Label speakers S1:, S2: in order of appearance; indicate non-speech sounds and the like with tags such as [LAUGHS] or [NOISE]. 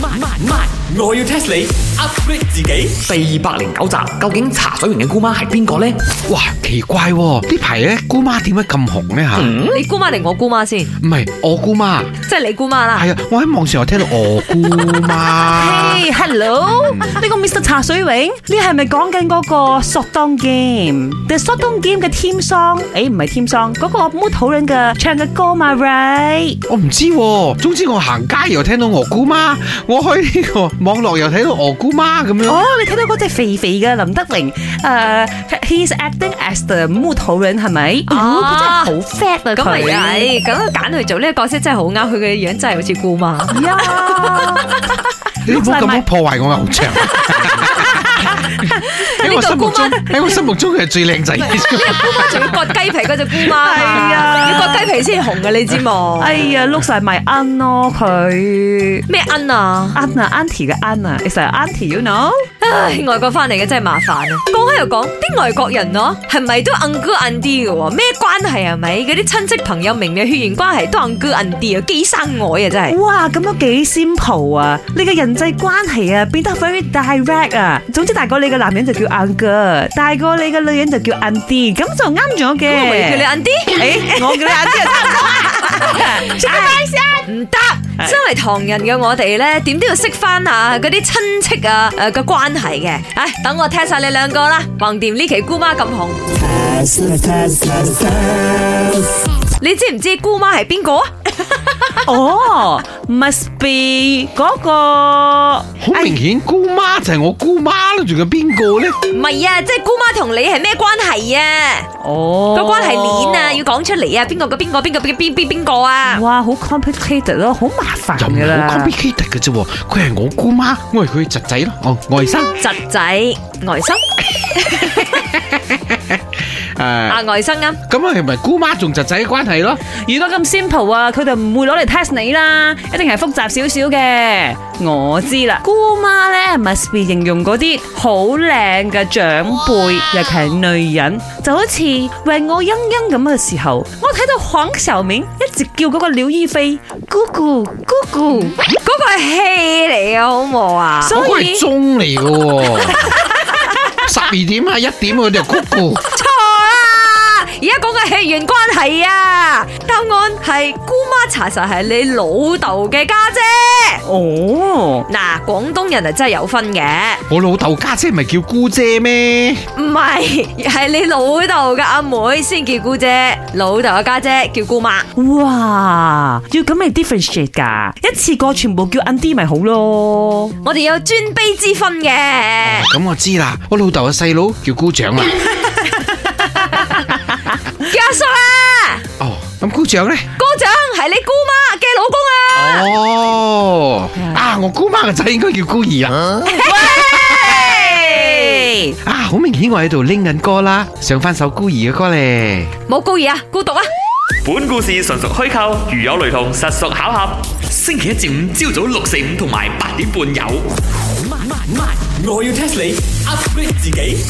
S1: 慢慢慢，我要 test 你 upgrade 自己。第二百零九集，究竟茶水榮嘅姑媽係邊個呢？
S2: 哇，奇怪喎、呢排咧姑媽點解咁紅呢？吓、
S3: 嗯
S4: 你姑媽定我姑媽先？
S2: 唔係我姑
S3: 啊
S2: 媽，
S4: 即係你姑媽啦。
S2: 係啊，我喺網上又聽到我姑媽，
S4: h e l l o
S3: 呢個 Mr 茶水泳，你係咪講緊嗰個 s h o t d o n Game？定 s h o t d o n Game 嘅 Team Song？誒唔係 Team Song，嗰個 m o o 討論嘅唱嘅歌嘛，right？
S2: 我唔知、喎。總之我行街又聽到我姑媽，我開呢個網絡又睇到我姑媽咁樣。
S3: 哦，你睇到嗰隻肥肥嘅林德榮，誒，he's acting as the m o o 討論係咪？哦，佢真係好 fat 啊！
S4: 咁咪
S3: 佢
S4: 係，咁揀佢做呢個角色真係好啱，佢嘅樣真係好似姑媽。
S3: 呀！
S2: 你唔好咁樣破壞我偶像。
S3: [LAUGHS]
S2: 喺我心目中，喺我心目中佢係最靚
S3: [LAUGHS]
S2: 仔嘅。
S4: 姑媽仲要割雞皮嗰隻姑媽嘛，
S3: 係啊
S4: 要割雞皮先紅嘅，你知冇？
S3: 哎呀，look 晒埋 un 咯佢
S4: 咩恩啊？
S3: ，un 啊，auntie 嘅 un 啊，is a auntie，you know？
S4: 唉，外國翻嚟嘅真係麻煩啊！講開又講，啲外國人咯，係咪都硬哥硬啲嘅喎？咩關係係咪？嗰啲親戚朋友明嘅血緣關係都硬哥硬啲啊，幾生外啊真係。
S3: 哇，咁樣幾 simple 啊！你嘅人際關係啊，變得 very direct 啊。總之大過你嘅男人就叫 uncle，大過你嘅女人就叫 auntie，咁就啱咗嘅。
S4: 我咪叫你硬啲。哎
S3: 誒我叫你 auntie 就
S4: 哎唔得，身為唐人嘅我哋咧，點都要識翻下嗰啲親戚啊誒嘅關係嘅。唉，等我聽晒你兩個啦，橫掂呢期姑媽咁紅，你知唔知姑媽係邊個啊？
S3: 得哦，must be 嗰個
S2: 好明顯，姑媽就係我姑媽啦，仲有邊個咧？
S4: 唔係啊，即係姑媽同你係咩關係啊？
S3: 哦
S4: 個關係鏈啊，要講出嚟啊！邊個個邊個邊個邊邊邊邊個啊？
S3: 哇，好 complicated 咯，好麻煩
S2: 又唔
S3: 㗎
S2: 係好
S3: 啦。
S2: complicated 嘅啫喎，佢係我姑媽，我係佢侄仔咯，哦，外甥，
S4: 侄仔外甥
S2: 誒，
S4: 啊，外甥啱。
S2: 咁啊係咪姑媽仲侄仔嘅關係咯？
S3: 如果咁 simple 啊，佢就唔會攞嚟 test 你啦，一定係複雜少少嘅。我知啦，姑媽咧 must be 形容嗰啲好靚嘅長輩，尤其係女人，就好似為我欣欣咁嘅時候，我睇到黃曉明一直叫嗰個廖依菲姑姑姑姑，
S4: 嗰個係戲嚟嘅，好冇啊？
S3: 所以
S2: 嗰個係鐘嚟嘅喎， [LAUGHS] 十二點啊一點佢就 g o
S4: 錯啦！而家講嘅血緣關係啊，答案係姑媽查實係你老豆嘅家姐。
S3: 哦，
S4: 嗱，廣東人啊真係有分嘅，
S2: 我老豆家姐咪叫姑姐咩？
S4: 唔係係你老豆嘅阿妹先叫姑姐，老豆嘅家姐叫姑媽。
S3: 哇，要咁嚟 differentiate 噶，一次過全部叫 Andy 咪好咯。
S4: 我哋有尊卑之分嘅。
S2: 咁我知啦，我老豆嘅細佬叫姑丈啦。
S4: 叫阿叔啊，
S2: 哦，咁姑丈咧？
S4: 姑丈係你姑媽嘅老公啊。
S2: 哦，啊，我姑媽嘅仔應該叫姑兒啦。
S4: 嘿
S2: 啊，好明顯我喺度拎緊歌啦，上翻首姑兒嘅歌咧。
S4: 冇姑兒啊，孤獨啊。
S1: 本故事純屬虛構，如有雷同，實屬巧合。星期一至五朝早六四五同埋八點半有。我要 test 你 upgrade 自己。